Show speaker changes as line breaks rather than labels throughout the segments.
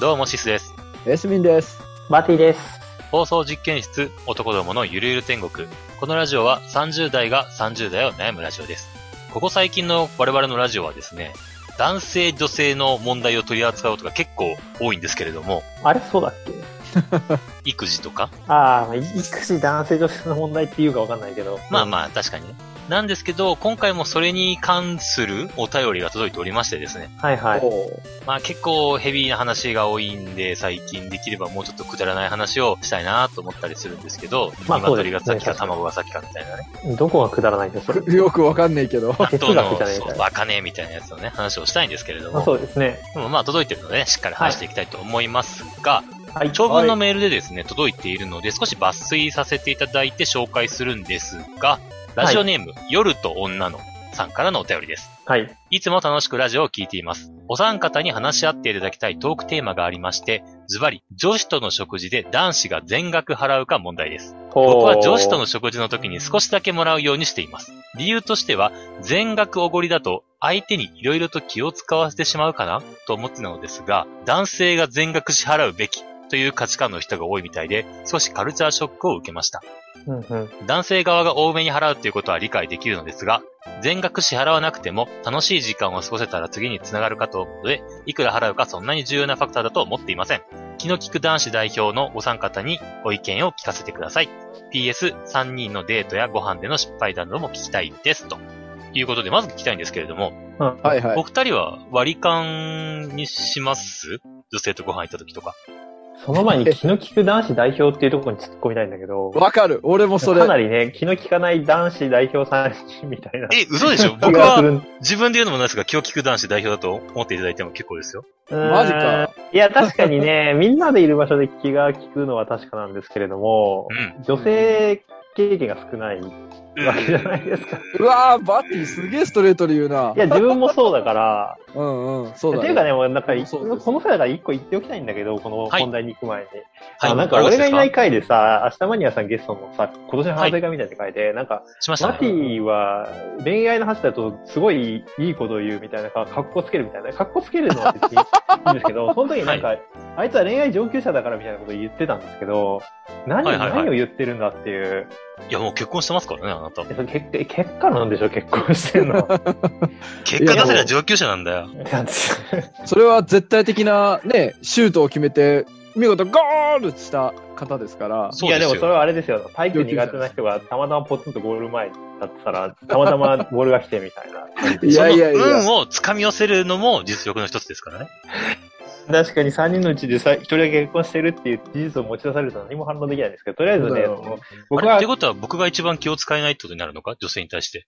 どうもシスです。
エスミンです。
バティです。
放送実験室男どものゆるゆる天国。このラジオは30代が30代を悩むラジオです。ここ最近の我々のラジオはですね、男性女性の問題を取り扱うことが結構多いんですけれども、
あれそうだっけ
育児とか
ああ、い育児男性女性の問題っていうかわかんないけど。
まあまあ確かにね。なんですけど、今回もそれに関するお便りが届いておりましてですね。
あ。はいはい。
おー
まあ結構ヘビーな話が多いんで、最近できればもうちょっとくだらない話をしたいなと思ったりするんですけど、
まあそうです
鶏
ね
が先か卵が先かみたいなね。
どこがくだらないんですか
よくわかんない けど。
どう
哲
の
学じゃない
そう
か
バカねえみたいなやつのね、話をしたいんですけれど
まあ
も。
そうですね。
でもまあ届いてるのでね、しっかり話していきたいと思いますが、
はい。
長文の
はい
メールでですね、届いているので少し抜粋させていただいて紹介するんですが、ラジオネーム、夜と女のさんからのお便りです。
はい。
いつも楽しくラジオを聞いています。お三方に話し合っていただきたいトークテーマがありまして、ズバリ、女子との食事で男子が全額払うか問題です。僕は女子との食事の時に少しだけもらうようにしています。理由としては、全額おごりだと相手に色々と気を使わせてしまうかなと思ってたのですが、男性が全額支払うべきという価値観の人が多いみたいで、少しカルチャーショックを受けました。
うんうん。
男性側が多めに払うということは理解できるのですが、全額支払わなくても楽しい時間を過ごせたら次につながるかと思うので、いくら払うかそんなに重要なファクターだと思っていません。気の利く男子代表のお三方にご意見を聞かせてください。PS3 人のデートやご飯での失敗談なども聞きたいです。ということで、まず聞きたいんですけれども、
うん。
はいは
お
い。
二人は割り勘にします女性とご飯行った時とか。
その前に気の利く男子代表っていうところに突っ込みたいんだけど。
わかる。俺もそれ
か。なりね、気の利かない男子代表さんみたいな。
え、嘘でし ょ
気
僕
がす
は
るん。
自分で言うのもないですが、気を利く男子代表だと思っていただいても結構ですよ。
マ
ジか。
いや、確かにね、 みんなでいる場所で気が利くのは確かなんですけれども
う、ん。
女性経験が少ないわけじゃないですか。
うわー、バッティすげえストレートで言うな。
いや、自分もそうだから、
うんうん。 そうだ
っていうかね、もうなんか、
そうそうそう
この際だから一個言っておきたいんだけど、この
はい
本題に行く前に。
はい。
あなんか
あり
俺
ま
が
し
い
た
ない回でさ、明日マニアさんゲストのさ、今年の反省会みたいな回で、なんか、
しました
マ
ね
ティは恋愛の話だとすごいいいことを言うみたいな、か格好つけるみたいな、格好つけるのは別にいいんです けど、その時になんか、あいつは恋愛上級者だからみたいなことを言ってたんですけど、何,、
はいはいはい
何を言ってるんだっていう。
いや、もう結婚してますからね、あなた。
えそれ結結果なんでしょ結婚して んの。
結果出せりゃ上級者なんだよ。
それは絶対的なね、シュートを決めて、見事ゴールした方ですから。
そう
いや
です
で
よ
もそれはあれですよ、体育苦手な人がたまたまポツンとゴール前だったら、たまたまボールが来てみたいな。
いやいやい
その
や。
運を掴み寄せるのも実力の一つですからね。
確かに3人のうちでさ1人だけ結婚してるっていう事実を持ち出されると何も反応できないんですけど、とりあえず
そうだ
ね、
よ
その
あ
僕
れっ
は
てことは僕が一番気を使えないってことになるのか女性に対して。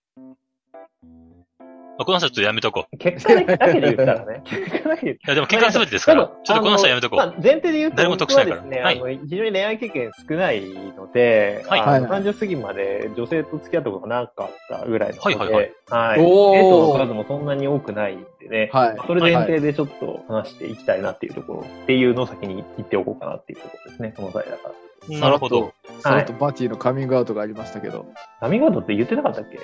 あこの人ちょっとやめとこう。
結果だけで言ったらね、結果だけで言っ
いや、でも
た
結果全てですから。ちょっとこの人はやめとこ
あの
う。
まあ前提で言うと、
誰も得しないから
僕はですね、
はい
あの非常に恋愛経験少ないので、
はい
あの
はい
30過ぎまで女性と付き合ったことがなかったぐらいなので、
はいはいはい
はい
おー
デートの数もそんなに多くないんでね、
はい
まあそれ前提でちょっと話していきたいなっていうところ、っていうのを先に言っておこうかなっていうところですね、この際だから。
なるほど。
その後、バッティのカミングアウトがありましたけど。
カミングアウトって言ってなかったっけ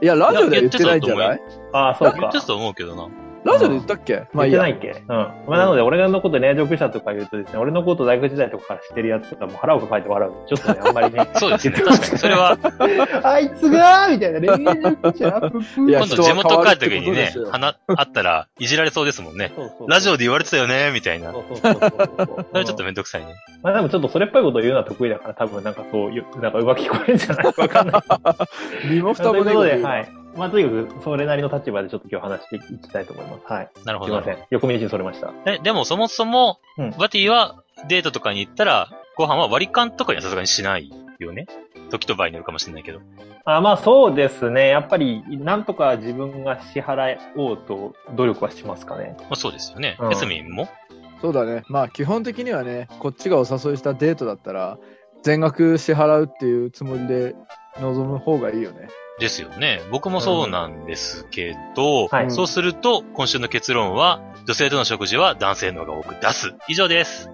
いや、ラジオでは言ってないんじゃない
ああ、そう
言っ
か
て。たと思うけどな。。
ラジオで言ったっけまあ
言
い
っ
い
て
や
ない。っけ、うん。まあ、なので、俺がのこと恋愛上級者とか言うとですね、俺のこと大学時代とかから知ってるやつとかもう腹を抱えて笑う。ちょっとね、あんまりね
そうですね。確かに。それは、
あいつがーみたいな、恋愛上級者プ
いや
今度地元帰った時にね
人は変わるってことです、よ
話、あったら、いじられそうですもんね。ラジオで言われてたよね、みたいな。
そうそうそうそうそう。
それちょ っとめんどくさいね。
まあでもちょっとそれっぽいことを言うのは得意だから、多分なんかそういう、なんかうまく聞こえるんじゃないわかんない。
身も蓋
とい
も
うこ
ね
とで、はい。まあとにかく、それなりの立場でちょっと今日話していきたいと思います。はい。
なるほ
すい
ど
ま。せん。横道にそれました。
え、でもそもそも、
うん
バティはデートとかに行ったら、ご飯は割り勘とかにはさすがにしないよね。時と場合によるかもしれないけど。
あまあそうですね。やっぱり、なんとか自分が支払おうと努力はしますかね。
まあそうですよね
う。ん
エスミンも
そうだね。まあ基本的にはね、こっちがお誘いしたデートだったら、全額支払うっていうつもりで臨む方がいいよね。
ですよね。僕もそうなんですけど、
はい
そうすると、今週の結論は、女性との食事は男性の方が多く出す。以上です。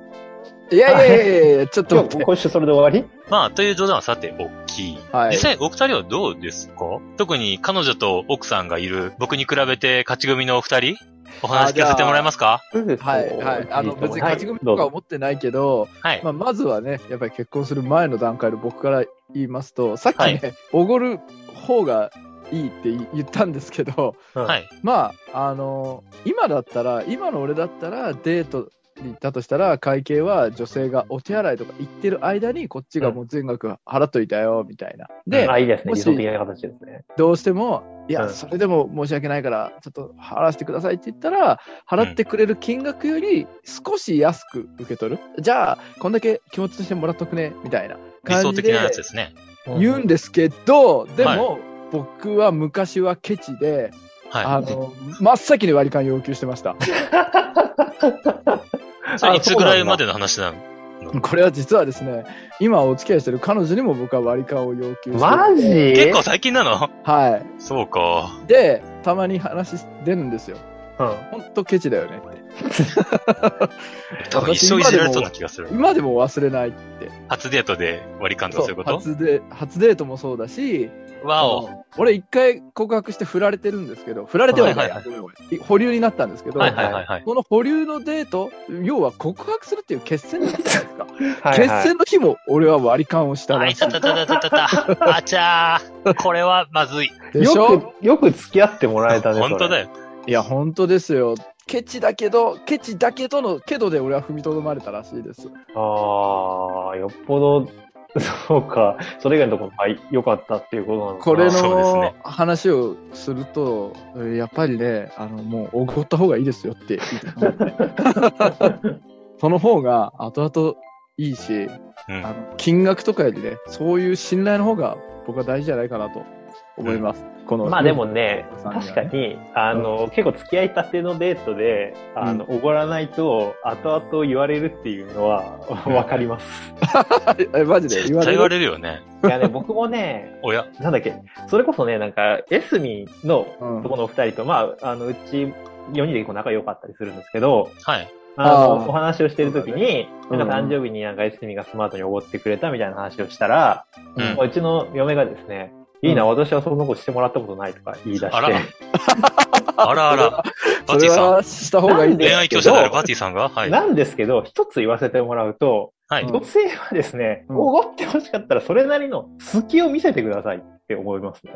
いやいやいやいやいや、ちょっと
今
待
日、
って。
今週それで終わ
まあ、という冗談はさて、大きい。
はい
実際、お二人はどうですか特に彼女と奥さんがいる、僕に比べて勝ち組のお二人お話聞かせてもらえますか
り
はいはい。あの、別に勝ち組とか思ってないけど、
はい
ま。あ、まずはね、やっぱり結婚する前の段階で僕から言いますと、さっき
は
ね
い、
お、ご、る方がいいって言ったんですけど、
は
はい。
い。
まあ、あの、今だったら、今の俺だったら、デートに行ったとしたら、会計は女性がお手洗いとか行ってる間に、こっちがもう全額払っといたよ、みたいな。で、
あ、いいですね。
も
理
し
想的な形ですね。
どうしても、いや、
うん
それでも申し訳ないから、ちょっと払わせてくださいって言ったら、払ってくれる金額より少し安く受け取る。じゃあ、こんだけ気持ちとしてもらっとくね、みたいな
理
感
想
じ
的
で
なやつですね。
言うんですけど、で
はい
も、僕は昔はケチで、あ
は
の、真っ先に割り勘要求してました。
い。それいつぐらいま
で
での話なの
これは実はですね、今お付き合いしてる彼女にも僕は割り勘を要求して
マジ
結構最近なの
は
そうか。
い。で、たまに話出るんですよ。
うん
ほんとケチだよねって。
多分一生いじられそうな気がする。
今でも忘れないって。
初デートで割り勘とかそういうこと
初デ初デートもそうだし、
わお。
あの俺一回告白して振られてるんですけど、振られてはいない、
はいはい
ごめんごめん保留になったんですけど、
はいはいはいはい。
この保留のデート、要は告白するっていう決戦だったじゃないですか。
はいはい
決戦の日も俺は割り勘をした
あ
ら
い
しい
たたたたたたた。あちゃー。これはまずい。
でしょ
よく、よく付き合ってもらえたね。それ
本当だよ。
いや、本当ですよ。ケチだけど、ケチだけどの、けどで俺は踏みとどまれたらしいです。
ああ、よっぽど、 そうか。それ以外のところ、はい、良かったっていうことなのかな。
これ
そうです
の
ね
話をすると、やっぱりね、あの、もう、おごった方がいいです よって言ってその方が後々いいし、
うん
あの金額とかよりね、そういう信頼の方が僕は大事じゃないかなと思います。この
まあでもね、
さんには
確かに、あの、結構付き合いたてのデートで、あの、おごらないと、後々言われるっていうのは、わかります。
え、マジで
絶
言わ
対
れ
言わ
る。
れるよね。
い やね、僕もね、
おや。
なんだっけ、それこそね、なんか、エスミンの
うん
とこのお二人と、まあ、あの、うち、4人で結構仲良かったりするんですけど、
はい。
あの
あー
お話をしてるときに、
うん
なんか誕生日になんかエスミンがスマートにおごってくれたみたいな話をしたら、
う
うんうちの嫁がですね、いいな、私はそんなことしてもらったことないとか言い出して。
あらあらあら。バ
そ
ティ
れ
さん。
はした方がいい
恋
ね。
愛教師であるバティさんがはい。
なんですけど、一つ言わせてもらうと、
はい。
うん
女性はですね、
うん
おごってほしかったら、それなりの隙を見せてくださいって思いますね。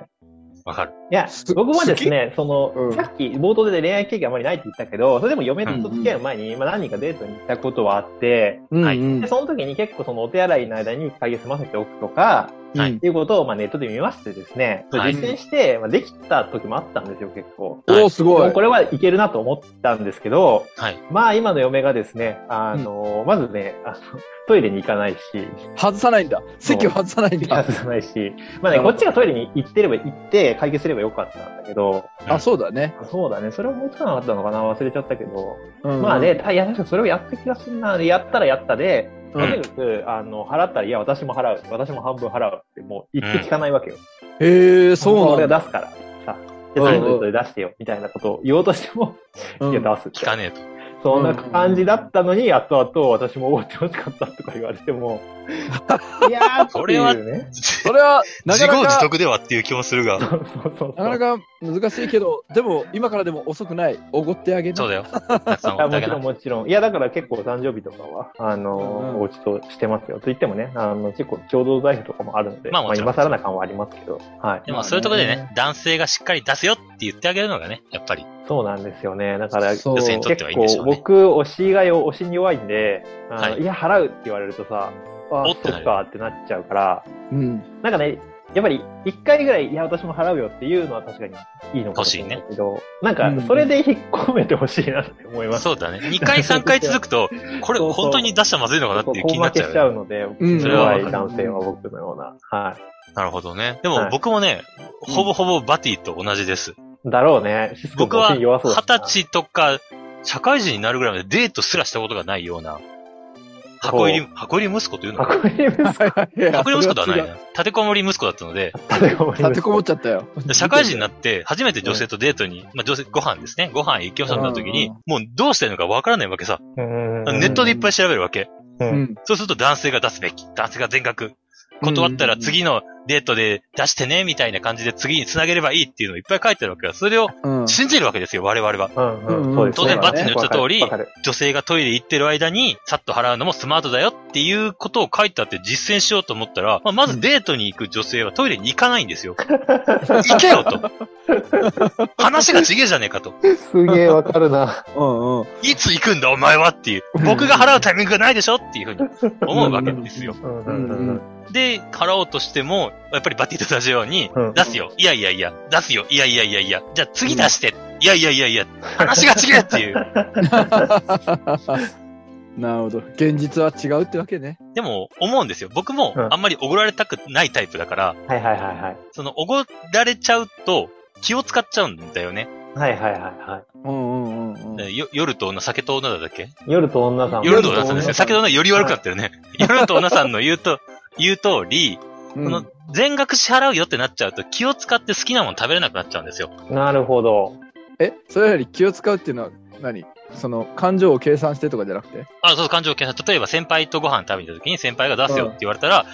わかる。
いや
す、
僕もですね、その、
うん
さっき冒頭で恋愛経験あまりないって言ったけど、それでも嫁と付き合う前に、まあ何人かデートに行ったことはあって、
うん
はい
うん
でその時に結構そのお手洗いの間に会議済ませておくとか、
はい
っていうことをまあネットで見ましてですね、
はい
実践して、まあ、できた時もあったんですよ、結構。
おーす
で
ごい。
もこれはいけるなと思ったんですけど、
はい。
まあ今の嫁がですね、あの、まずね、あのトイレに行かないし、
外さないんだ。席を外さないん
行
だ。
かないし、まあね、こっちがトイレに行ってれば行って解決すればよかったんだけど、
あ、そうだね。
そうだね、それを思ってなかったのかな、忘れちゃったけど、
うん
まあね、、たいや、確かにそれをやった気がするな、でやったらやったで、
うん
とにかく、あの、払ったら、いや、私も払う、私も半分払うって、もう言って聞かないわけよ。
へえ、そうな
俺
んだ。
が出すから、さ、で、最後で出してよ、みたいなことを言おうとしても、
うん
いや、出すって
聞かねえと。
そんな感じだったのに、後々私も思ってほしかったとか言われても、いやー、
そ れは
っていうね、
それは、な
自
か
業
な
自
か、
得ではっていう気もするが。
そうそうそう
なかなか難しいけど、でも、今からでも遅くない。おごってあげる。
そうだよ。たくさん
い
送
や
ってあげ
もち
な
ろんもちろん。いや、だから結構誕生日とかは、あの
うんうん
ごちそうしてますよ。と言ってもね、あの、結構共同財布とかもあるので、
まあもちろん
今更な感はありますけど、はい。
でもそういうところで
まあ
ね、男性がしっかり出せよって言ってあげるのがね、やっぱり
そうなんですよね。だから、
そう
女性にとって
結
はいいんでしょ
構
うね。
僕、推し以外を推しに弱いんで、あの
はい
い、や、払うって言われるとさ、あ
おっ、て
そ
なる
っかってなっちゃうから、
うん。
なんかね、やっぱり一回ぐらい、いや、私も払うよっていうのは確かにいいのかもしれないけど、なんか
うん、
それで引っ込めてほしいなって思います。
そうだね。2回3回続くと、これ
そうそう
本当に出したらまずいのかなっていう気になっちゃ
こ
う
う負けしちゃ
よね。
うので、
うん
それはわかる
弱い男性は僕のような。はい。
なるほどね。で
は
も
い
僕もね、ほぼほぼバティと同じです。
だろうね。シスコ
僕
も
は
手弱そうだしな
20。歳とか、社会人になるぐらいまでデートすらしたことがないような、箱入り、箱入り息子というのかな
箱入り息子
箱
隠
入り息子ではないな。立てこもり息子だったの で、
立てこもり息
立てこも
子
っちゃったよ。
で社会人になって、初めて女性とデートに、まあ女性、ご飯ですね。ご飯行きましょうになった時に、もうどうしてるのかわからないわけさ。
うんうんうん
ネットでいっぱい調べるわけ。
うん
うん。
そうすると男性が出すべき。男性が全額。断ったら次のデートで出してね、みたいな感じで次に繋げればいいっていうのをいっぱい書いてあるわけよ。それを
うん。
信じるわけですよ、我々は。
うん
うん
うんそうです
当然バッチの言った通り
わかるわかる
女性がトイレ行ってる間に、さっと払うのもスマートだよっていうことを書いてあって実践しようと思ったら、まあ、まずデートに行く女性はトイレに行かないんですよ。行けよと。話が違えじゃねえかと。
すげえわかるな。
うん うん。
いつ行くんだお前はっていう。僕が払うタイミングがないでしょっていうふうに思うわけですよ。
うんう
うんんう
う
ん
うんん
で、払おうとしても、やっぱりバティと同じように、
うん
出すよ。いやいやいや。出すよ。いやいやいやいや。じゃあ次出して。いやいやいやいや。話が違えっていう。
なるほど。現実は違うってわけね。
でも、思うんですよ。僕も
うん
あんまりおごられたくないタイプだから、
はいはいはいはい。
その、おごられちゃうと、気を使っちゃうんだよね。
はいはいはいはい。
うんうんうんうん。
よ夜と女、酒と女だっけ
夜と女さん。
夜と女さんですね。酒と
女
女より悪くなって るね。夜と女さんの言うと、言う通り、
う
この
ん、
全額支払うよってなっちゃうと、気を使って好きなもの食べれなくなっちゃうんですよ。
なるほど。
え、それより気を使うっていうのは何その感情を計算してとかじゃなくて
あ、そう、感情検査。例えば先輩とご飯食べに行った時に先輩が出すよって言われたら、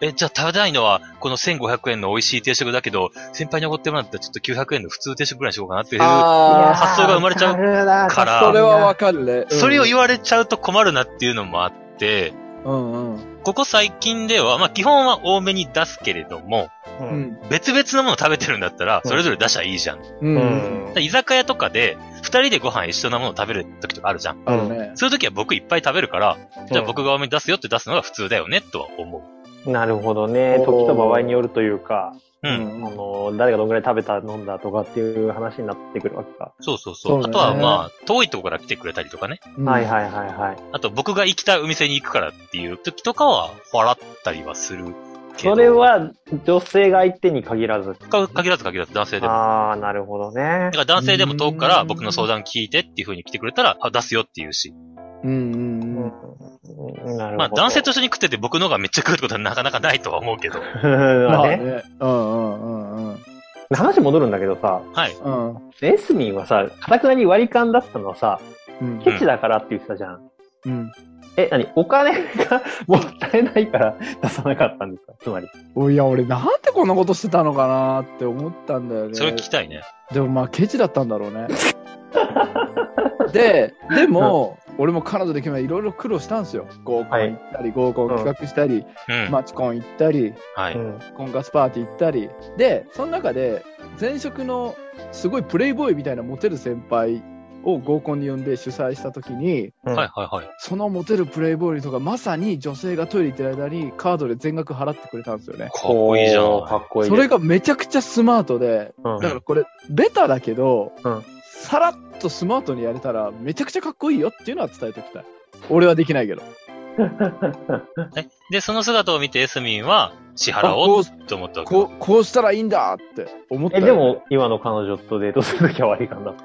え、じゃあ食べたいのは、この1500円の美味しい定食だけど、先輩におごってもらったらちょっと900円の普通定食ぐらいにしようかなっていう、
あ
発想が生まれちゃう
う
から
それはわかるね。うん
それを言われちゃうと困るなっていうのもあって、
うんうん。
ここ最近では、まあ基本は多めに出すけれども、
う。
うんん。
別々のもの食べてるんだったら、
うん
それぞれ出しゃいいじゃん。だか
う。
うんん
ら。居酒屋とかで、二人でご飯一緒なものを食べる時とかあるじゃん。
あるね。
そういう時は僕いっぱい食べるから、じゃあ
う
僕が多めに出すよって出すのが普通だよね、とは思
ん。なるほどね。
おー
時と場合によるというか、
う。うん。
あの、誰がどんぐらい食べた、飲んだとかっていう話になってくるわけか。
そうそうそう。
そうだ
あ
ね
とはまあ、遠いとこから来てくれたりとかね。
うん
はいはいはいはい。
あと僕が行きたいお店に行くからっていう時とかは、払ったりはするけど。
それは女性が相手に限らず。
か、限らず限らず男性でも。
ああ、なるほど
だ
ね
か。ら男性でも遠くから僕の相談聞いてっていう風に来てくれたら、あ出すよっていうし。
うんうん
う
うん。
んなるほど。
まあ男性と一緒に食ってて僕の方がめっちゃ食うってことはなかなかないとは思うけど。
ま
ま
あ
あね
ね。うんうんうんうん。
話戻るんだけどさ、
はい。
うん。
エスミンはさ、かたくなに割り勘だったのはさ、
うん
ケチだからって言ってたじゃん。
うん。
え、何お金が もったいないから出さなかったんですかつまり。
おいや、俺なんでこんなことしてたのかなって思ったんだよね。
それ聞きたいね。
でもまあケチだったんだろうね。で、でも、俺も彼女で決めいろいろ苦労したんですよ。合コン行ったり、合コン企画したり、
うん。
マチコン行ったり、
は
う
い。
ん。
婚活パーティー行ったり。で、その中で、前職のすごいプレイボーイみたいなモテる先輩を合コンに呼んで主催した時に、
うん
はいはいはい。
そのモテるプレイボーイとかまさに女性がトイレ行ってる間にカードで全額払ってくれたんですよ
かっ
ね。
こいいじゃ
おーか
ん。
っこいい
そ
ね。
れがめちゃくちゃスマートで、
うん、
だからこれ、ベタだけど、
うん
さらっとスマートにやれたら、めちゃくちゃかっこいいよっていうのは伝えておきたい。俺はできないけど。
えで、その姿を見てエスミンは支払おう
あ
と思ったわけ。
こう、こうしたらいいんだって思った
え、
よ
で、も、今の彼女とデートするときは割り勘だった。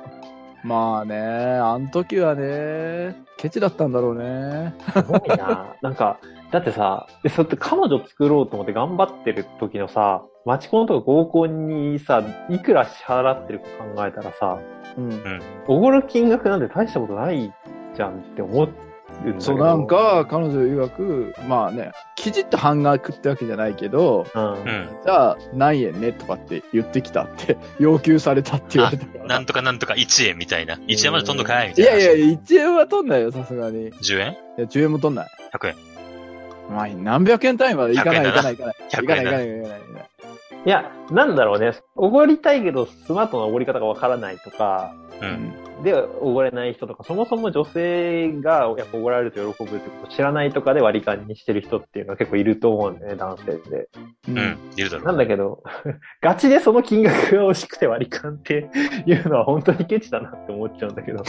まあね、あの時はね、ケチだったんだろうね。
すごいな。なんか、だってさ、でそうやって彼女作ろうと思って頑張ってる時のさ、マチコンとか合コンにさ、いくら支払ってるか考えたらさ、
うん。
おごる金額なんて大したことないじゃんって思うんだけど。
そう、なん、か、彼女曰く、まあね、きちっと半額ってわけじゃないけど、
うん。
う
じゃあ、何円ねとかって言ってきたって、 要求されたって言われたから
ん。なんとかなんとか1円みたいな。1円まで飛んどかいみ
い
たいな
や
話。
いや、1円は取んないよ、さすがに。い
10円
や、10円も取んない。
?100 円
まあ、何百円単位までいかない、いかない、いかない。いか
?100
ない、
円
いか
だ
な、
ない
いかないいかない。
いや、なんだろうね。おごりたいけど、スマートなおごり方がわからないとか、
う。
うんん。
で、おごれない人とか、そもそも女性がやっぱおごられると喜ぶってことを知らないとかで割り勘にしてる人っていうのは結構いると思うんだよね、男性で。
うん。
うん。いるだろう。
なんだけど、 ガチでその金額が惜しくて割り勘っていうのは本当にケチだなって思っちゃうんだ けど。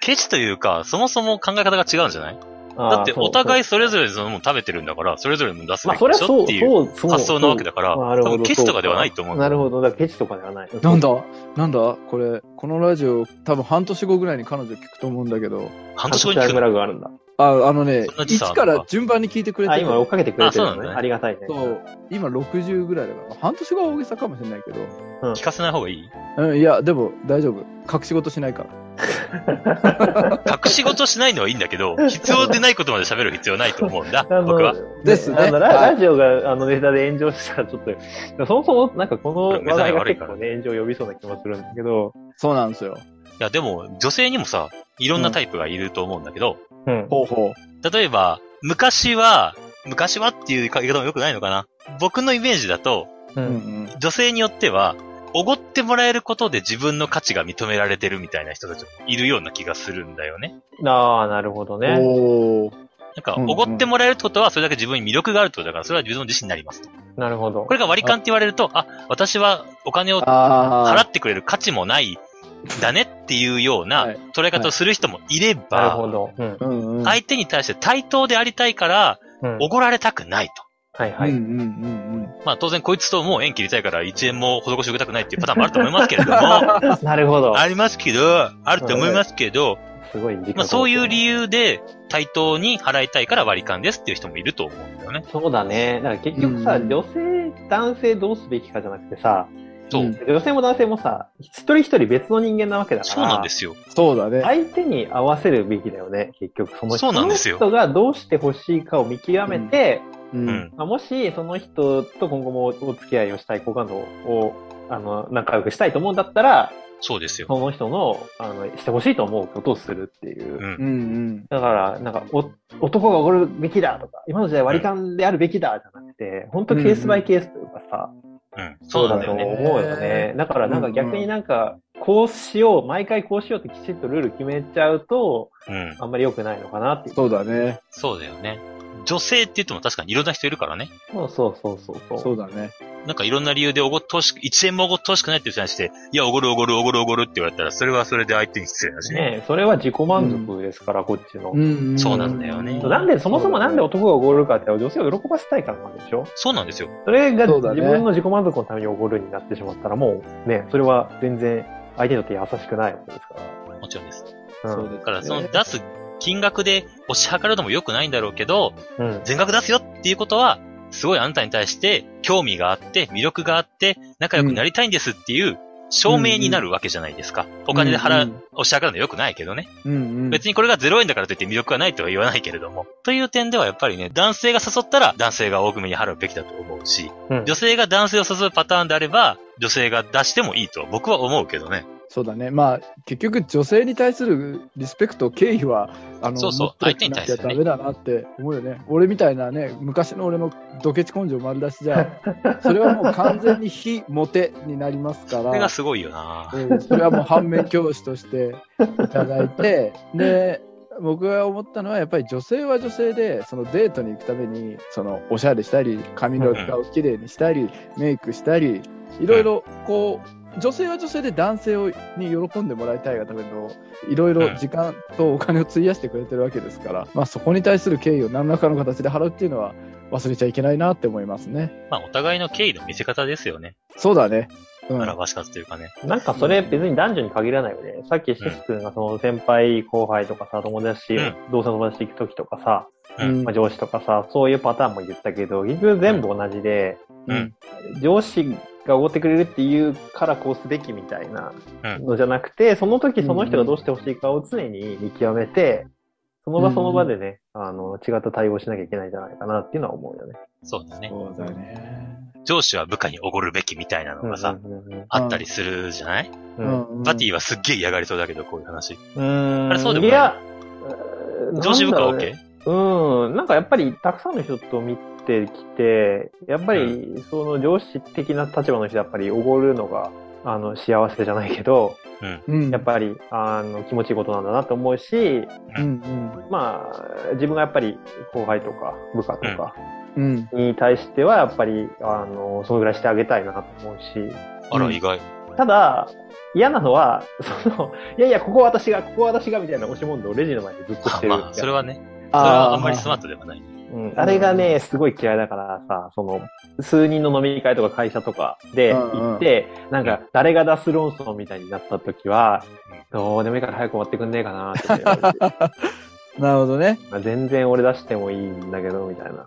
ケチというか、そもそも考え方が違うんじゃないだ
だ
ってお互
い、
いそれぞれそのもの食べてるんだから、それぞれの出す
ま
べ
あ
き
そ
で
れは
しょ
そう、
っていう
そう、そう
発想なわけだから、
なるほ
多
ど
分ケチとかではないと思う。
なるほ
ど。
ど。だからケチとかではない。
なんだなんだこれ、このラジオ、多分半年後ぐらいに彼女聞くと思うんだけど、
半
半
年
年
後に
タ
聞
イム
く
ラグがあるんだ。
あ、あのね
そんな、時差あ
1
るのか
から順番に聞いてくれ
あ、
てる
今追っかけてくれてる
あそうな
の
ん
ね。
だね
ありがたいね。
そう、今60ぐらいだから、半年後は大げさかもしれないけど、
聞かせない方がいい
うん、いや、でも大丈夫。隠し事しないから。
隠し事しないのはいいんだけ ど、必要でないことまで喋る必要ないと思うんだ、
あの
僕は。
ですね
あのラ
はい
ラジオがあのネタで炎上したらちょっと、そもそもなんかこの話題が結構ね、炎上を呼びそうな気もするんだけど、
そうなんですよ。
いや、でも、女性にもさ、いろんなタイプがいると思うんだけど、
うん。
ほうほう。
例えば、昔は、昔はっていう言い方も良くないのかな。僕のイメージだと、
う
うん
ん
うん、
女性によっては、おごってもらえることで自分の価値が認められてるみたいな人たちもいるような気がするんだよね。
ああ、なるほどね。
おお。
なんか、
うんうん
おごってもらえるってことは、それだけ自分に魅力があるってことだから、それは自分自身になりますと。
なるほど
こ。れが割り勘って言われると、あ、私はお金を
あ
払
あ。
ってくれる価値もない、だねっていうよう
は
ない捉え方をする人もいれ
なる
ば、
ほど。うん。
うんうん。い。
相手に対して対等でありたいから、
うん
おごられたくないと。
はいは
うんう
い。
んうん
まあ当然こいつともう縁切りたいから1円も施し受けたくないっていうパターンもあると思いますけれども、
なるほど。
ありますけど、あると思いますけど、
すごい時間
まあそういう理由で対等に払いたいから割り勘ですっていう人もいると思うんだよね。
そうだね。だから結局
う
さ、
んうん
女性、男性どうすべきかじゃなくてさ、
そう。
うん
女性も男性もさ、一人一人別の人間なわけだから、
そうなんですよ。
うん。そうだね。
相手に合わせるべきだよね、結局。その
そう
人
なんですよ
その人がどうしてほしいかを見極めて、
う。
うんん。
まあ、もしその人と今後もお付き合いをしたい、好感度を、あの、仲良くしたいと思うんだったら、
そうですよ。
その人の、あの、してほしいと思うことをするっていう。
うん
うんうん。
だから、なんか、お、男がおごるべきだとか、今の時代割り勘であるべきだじゃなくて、本当ケースバイケースというかさ、
うん。そうなんだよ
と
ね。
思うよね。だから、なんか逆になんか、こうしよう、毎回こうしようってきちんとルール決めちゃうと、
うん。
あんまり良くないのかなっていう。
そうだね。
そうだよね。女性って言っても確かにいろんな人いるからね。
そうそうそうそうそう。
そうだね。
なんかいろんな理由でおごってほしく、1円もおごってほしくないっていう人にして、いや、おごるおごるおごるおごるって言われたら、それはそれで相手に失礼だしね。
ねそれは自己満足ですから、こっちの。
んん
そうなんだよね
なんで、そもそもなんで
そう
男がおごるかって、女性を喜ばせたいからなんでしょ
そうなんですよ。
それが
そうだ
自
ね
分の自己満足のためにおごるになってしまったら、もうね、それは全然相手にとって優しくないわけですか
もちろんです。
ら。
そう
で
です
だから、その
ね
出す金額で押し量るのも良くないんだろうけど、
す。うん。
全額出すよっていうことは、すごいあなたに対して興味があって、魅力があって、仲良くなりたいんですっていう証明になるわけじゃないですか。お金で払う、。押し量るの良くないけどね。
うんうん。
別にこれが0円だからといって魅力がないとは言わないけれども。という点ではやっぱりね、男性が誘ったら男性が多くめに払うべきだと思うし、
うん
女性が男性を誘うパターンであれば、女性が出してもいいと僕は思うけどね。
そうだね。まあ、結局、女性に対するリスペクト、敬意は、あの、
そうそう
持っておかなきゃダメだなって思うよね。俺みたいなね、昔の俺のドケチ根性丸出しじゃ、それはもう完全に非モテになりますか
これが
ら、
すごいよな
うんそれはもう反面教師としていただい て、で、僕が思ったのは、やっぱり女性は女性で、そのデートに行くために、その、おしゃれしたり、髪の毛をきれいにしたり、メイクしたり、いろいろ、こう、女性は女性で男性をに喜んでもらいたいがためのいろいろ時間とお金を費やしてくれてるわけですから、まあ、そこに対する敬意を何らかの形で払うっていうのは忘れちゃいけないなって思いますね。
まあお互いの敬意の見せ方ですよね。
そうだね。うん、
表し方というかね。
なんかそれ別に男女に限らないよね。さっきシス君がその先輩、後輩とかさ、友達、
うん
同性の友達と行くときとかさ、
うん
まあ、上司とかさ、そういうパターンも言ったけど、結局全部同じで、
うん
上司がおごってくれるっていうからこうすべきみたいな
うん
のじゃなくて、その時その人がどうしてほしいかを常に見極めて、その場その場でね、あの、違った対応しなきゃいけないんじゃないかなっていうのは思うよね。
そうだね。
そうだね。
上司は部下におごるべきみたいなのがさ、
うんうん
あったりするじゃない、
うん
うん
バティはすっげえ嫌がりそうだけど、こういう話。
うん。
あれそうでもない
いや、うーん
上司部下は
なんだろうね
OK?
うん、なんかやっぱりたくさんの人と見てきて、やっぱりその上司的な立場の人やっぱりおごるのが、あの、幸せじゃないけど、
うん、
やっぱり、あの、気持ちいいことなんだなと思うし、
うんうん
まあ、自分がやっぱり後輩とか部下とか
うん
に対してはやっぱり、あの、そのぐらいしてあげたいなと思うし、
あ
う
ら、
ん
意外。
ただ、嫌なのは、その、いやいや、ここは私が、ここは私が、みたいな押し問答をレジの前でずっとしてる。
まあ、それはね、それ
あー
はあんまり スマートではない。
うんあれがね、すごい嫌いだからさ、その、数人の飲み会とか会社とかで
うんうん
行って、なんか、誰が出す論争みたいになった時は
うん、
どうでもいいから早く終わってくんねえかなって言われ て
なるほどね。
まあ全然俺出してもいいんだけど、みたいな。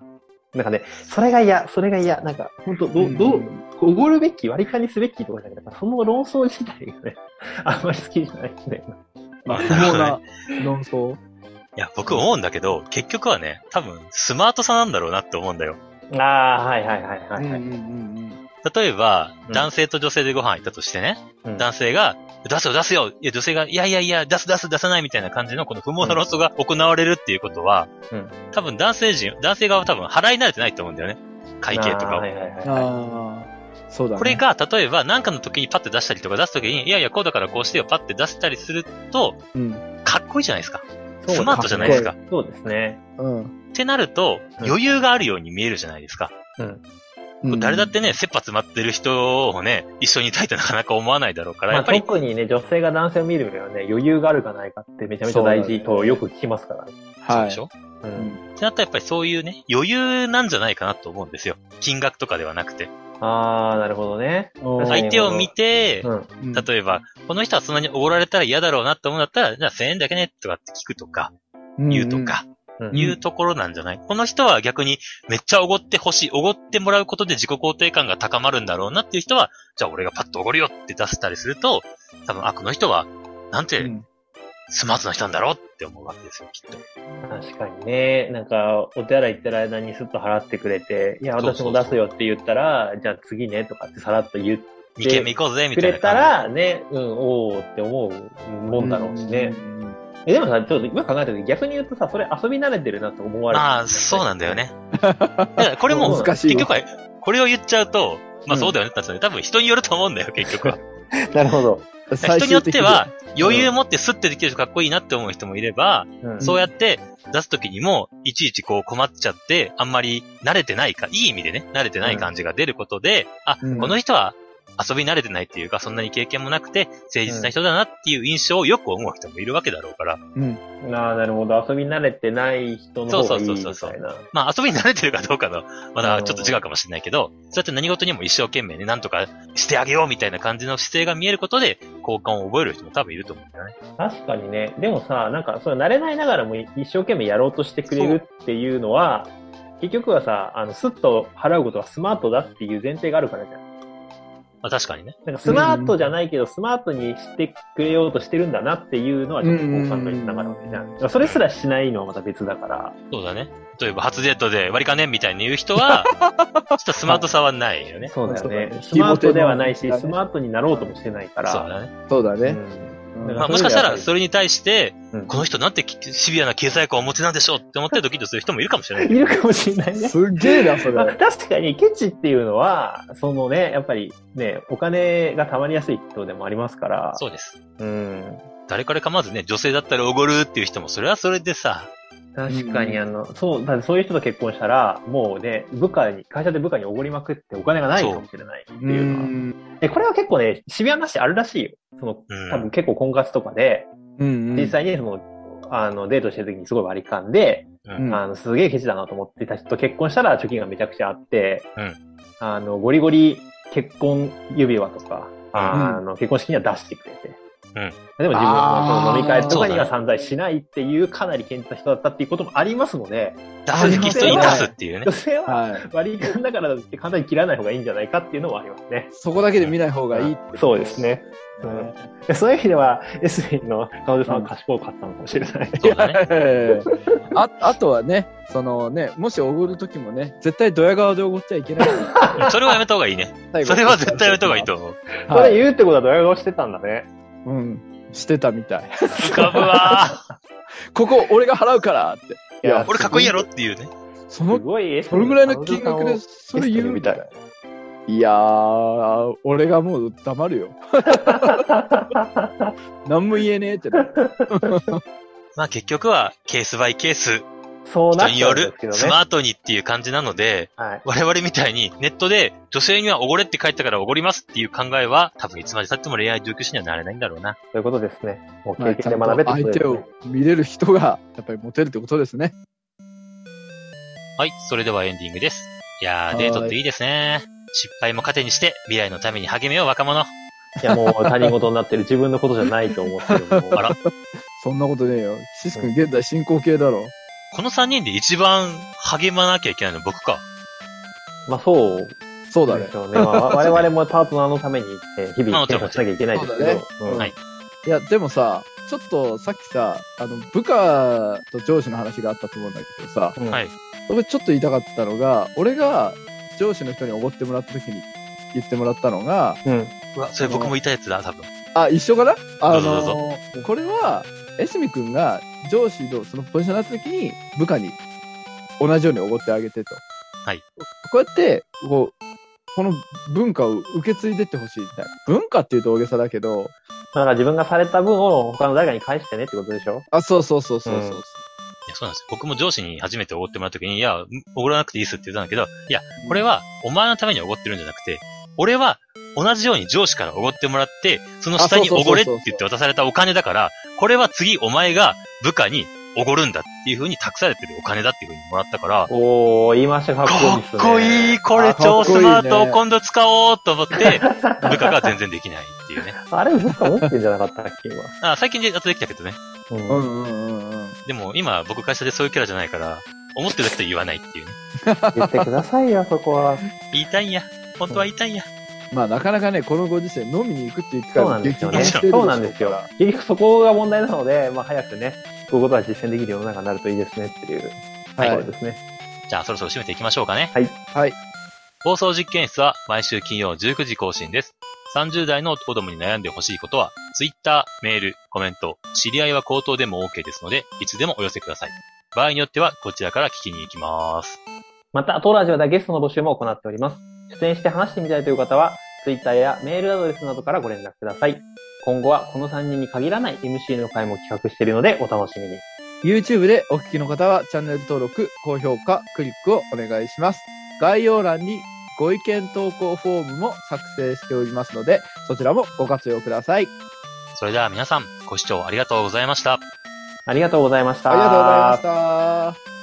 なんかね、それが嫌、それが嫌、なんか、本当どう、どう、おごる べき、割り勘にすべきとかじゃなくて、その論争自体がね、あんまり好きじゃないんだよな。
まあ、不毛な論争。
いや、僕思うんだけど、結局はね、多分、スマートさなんだろうなって思うんだよ。
ああ、はいはいはいはいはい。
ん
例えば、
うん
男性と女性でご飯行ったとしてね、
うん
男性が、出すよ出すよいや、女性が、いやいやいや、出す出す出さないみたいな感じのこの不毛な論争が行われるっていうことは、
うん
多分男性陣、男性側は多分払い慣れてないと思うんだよね。会計とか
あー
を
は。いはいはいはい。
ああ、そうだね。
これが、例えば、何かの時にパッて出したりとか、出す時に、いやいや、こうだからこうしてよ、パッて出したりすると、
うん、
かっこいいじゃないですか。
そう
スマートじゃないですか。
そうですね。
うん。
ってなると、
うん
余裕があるように見えるじゃないですか。
うん。
うん
誰だっ、てね、切羽詰まってる人をね、一緒にいたいとなかなか思わないだろうから、
ま
や
あ、
っぱり、
特にね、女性が男性を見る目はね、余裕があるかないかってめちゃめちゃ大事とよく聞きますからね。
そう
は
で
い。
しょ、
う。
うんん
ってなったらやっぱりそういうね、余裕なんじゃないかなと思うんですよ。金額とかではなくて。
ああ、なるほどね。
おー
はい
相手を見て
う、ん。
うん
例えば、この人はそんなにおごられたら嫌だろうなって思うんだったら、じゃあ1000円だけねとかって聞くとか、言うと。か、
うん
いうところなんじゃない、この人は逆にめっちゃおごってほしい、おごってもらうことで自己肯定感が高まるんだろうなっていう人は、じゃあ俺がパッとおごるよって出したりすると、多分、あ、この人は、なん
うんう
て
ん
スマートな人なんだろうって思うわけですよ、きっと。
確かにね、なんか、お手洗い行ってる間にスッと払ってくれて、い
そ
や、
うそ
私
うそう
も出すよって言ったら、じゃあ次ね、とかってさらっと言って
2軒目行こうぜ、み
く
たい
れ
な
た
感じ。
ら、ね、うん、おーって思うもんだろうしね。。えでもさ、ちょっと今考えた時逆に言うとさ、それ遊び慣れてるなと思われる。
まあ、そうなんだよね。だからこれも、
難
しい
結
わ
局は、これを言っちゃうと、まあ
うん
そうだよねってなっちゃうんで多分人によると思うんだよ、結局は。
なるほど。
最
人によ
終
っ
的
ては、余裕持ってスッてできる人かっこいいなって思う人もいれば、
うん
そうやって出す時にも、いちいちこう困っちゃって、あんまり慣れてないか、いい意味でね、慣れてない感じが出ることで、あ、
うん
この人は遊び慣れてないっていうか、そんなに経験もなくて、誠実な人だなっていう印象をよく思う人もいるわけだろうから、
うん。
なあ、なるほど。遊び慣れてない人の方がいいみたいな。
そうそうそうそうまあ遊びに慣れてるかどうかの、まだちょっと違うかもしれないけど、そうやって何事にも一生懸命ね、なんとかしてあげようみたいな感じの姿勢が見えることで、好感を覚える人も多分いると思うんだよね。
確かにね。でもさ、なんか、それ慣れないながらも一生懸命やろうとしてくれるっていうのは、結局はさ、あの、スッと払うことはスマートだっていう前提があるからじゃん。
まあ確かにね。
なんかスマートじゃないけど、スマートにしてくれようとしてるんだなっていうのは、ちょっと好感度につながるわけじゃん。それすらしないのはまた別だから。
そうだね。例えば初デートで割りかねみたいに言う人は、ちょっとスマートさはないよね。
そうだよ
そうだね
ね。スマートではない
ひ
し、
も手の
スマートになろうともしてないから。
そうだね。
そうだ
う
ね。
ん
うん
まあもしかしたらそれに対して、
うん
この人なんてシビアな経済観をお持ちなんでしょうって思ってドキッとする人もいるかもしれない。
いるかもしれないね。
すげえな、そ
まあ、
れ。
確かにケチっていうのは、そのね、やっぱりね、お金が貯まりやすい人でもありますから、
そうです。
う。ん。
誰から構わずね、女性だったらおごるっていう人も、それはそれでさ、
確かにあの、そう、だってそういう人と結婚したら、もうね、部下に、会社で部下におごりまくってお金がないかもしれないって
う
いうのは。
ん。
え、これは結構ね、シビアなしあるらしいよ。その、
うん
多分結構婚活とかで、
うん
実際にその、あの、デートしてる時にすごい割り勘で、
うん
あの、すげえケチだなと思ってた人と結婚したら貯金がめちゃくちゃあって、
うん
あの、ゴリゴリ結婚指輪とか、
ん
あの、結婚式には出してくれて。
うん
でも自分はその飲み会とかに
あー
は散財しないっていうかなり堅実な人だったっていうこともありますので、
出すべき人に出すっていうね
女。性は
はい。
割り勘だからだって簡単に切らない方がいいんじゃないかっていうのもありますね。
そこだけで見ない方がいい。
そうですね。うんでそういう意味では、エスリンの彼女さんは賢かったのかもしれない。
そうだね。
ええああとはね、そのね、もしおごるときもね、絶対ドヤ顔でおごっちゃいけない。
それはやめた方がいい ね。
最後
それは絶対やめた方がいいと思う。
これ言うってことはドヤ顔してたんだね。
うん。してたみたい。
浮かぶわ
ここ俺が払うからって。いや
ー。俺かっこいいやろっていうね。
そ
す
の、
ごいエスリン
それぐらいの金額
彼
で
女さんを
それ言うみたい
エ
な。いやー、俺がもう黙るよ。 何も言えねえってなる。
まあ結局はケースバイケース、
そうな
人
っ
に
ちゃう
よ
んで
る
すけ、ど
ス
ね。
マートにっていう感じなので、
はい。
我々みたいにネットで女性にはおごれって書いてたからおごりますっていう考えは多分いつまで経っても恋愛上級者にはなれないんだろうな。
ということですね。もう
まあ
経
ち
験
ゃ
で
んと
学べたこと
相
です
手
ね
を見れる人が、やっぱりモテるってことですね。
はい、それではエンディングです。いやー、デートっていいですね。失敗も糧にして未来のために励めよう若者。
いや、もう他人事になってる自分のことじゃないと思ってる。もう
あら
そんなことねえよ。シス君現在進行形だろ。
この3人で一番励まなきゃいけないのは僕か。
まあそう
そうだね
で。しょうね。まあ我々もパートナーのために、えー日
まあも
々
ちろ
検
ん
査しなきゃいけないですけ
そうだね
ど。うん
はい
いや、でもさ、ちょっとさっきさ、あの、部下と上司の話があったと思うんだけどさ、
うん
はい。
僕ちょっと言いたかったのが、俺が上司の人におごってもらった時に言ってもらったのが、
うん。
うわ、それ僕も言いたいやつだ、多分。
あ、一緒かなあ
どうぞ
のーこれは、エスミ君が上司のそのポジションになった時に部下に同じようにおごってあげてと。
はい。
こうやって、こう、この文化を受け継いでってほしいみたいな。文化っていうと大げさだけど、
なんか自分がされた分を他の誰かに返してねってことでしょ
あ、そうそうそうそうそう。
うん
いや、そうなんですよ。僕も上司に初めておごってもらった時に、いや、おごらなくていいっすって言ったんだけど、いや、これはお前のためにおごってるんじゃなくて、俺は同じように上司からおごってもらって、その下におごれって言って渡されたお金だから、これは次お前が部下におごるんだっていう風に託されてるお金だっていう風にもらったから、
おー、言い回しがかっこい
か
いですね。
っこいいこれ
か
超
っこいいね
スマート今度使おうと思って、部下が全然できないっていうね。
あれ、僕は持ってんじゃなかったっけ、今。
あ、最近でやっとできたけどね。
うん
うんうんうんうん。
でも今僕会社でそういうキャラじゃないから、思ってるだけと言わないっていうね。
言ってくださいよ、そこは。
言いたいんや。本当は言いたいんや。
まあなかなかね、このご時世飲みに行くっていう機会
そうな
が
んです
激
よ
減
ね。
してるしょ
そうなんですよ
から。
結局そこが問題なので、まあ早くね、こういうことは実践できる世の中になるといいですねっていうと
は
こ
い
ろですね。
じゃあそろそろ締めていきましょうかね。
はい。
放送実験室は毎週金曜19時更新です。30代の男どもに悩んでほしいことは、Twitter、メール、コメント、知り合いは口頭でも OK ですので、いつでもお寄せください。場合によっては、こちらから聞きに行きます。
また、当ラジオではゲストの募集も行っております。出演して話してみたいという方は、Twitter やメールアドレスなどからご連絡ください。今後はこの3人に限らない MC の回も企画しているのでお楽しみに。
YouTube でお聞きの方はチャンネル登録、高評価、クリックをお願いします。概要欄にご意見投稿フォームも作成しておりますので、そちらもご活用ください。
それでは皆さん、ご視聴ありがとうございました。
ありがとうございました。
ありがとうございました。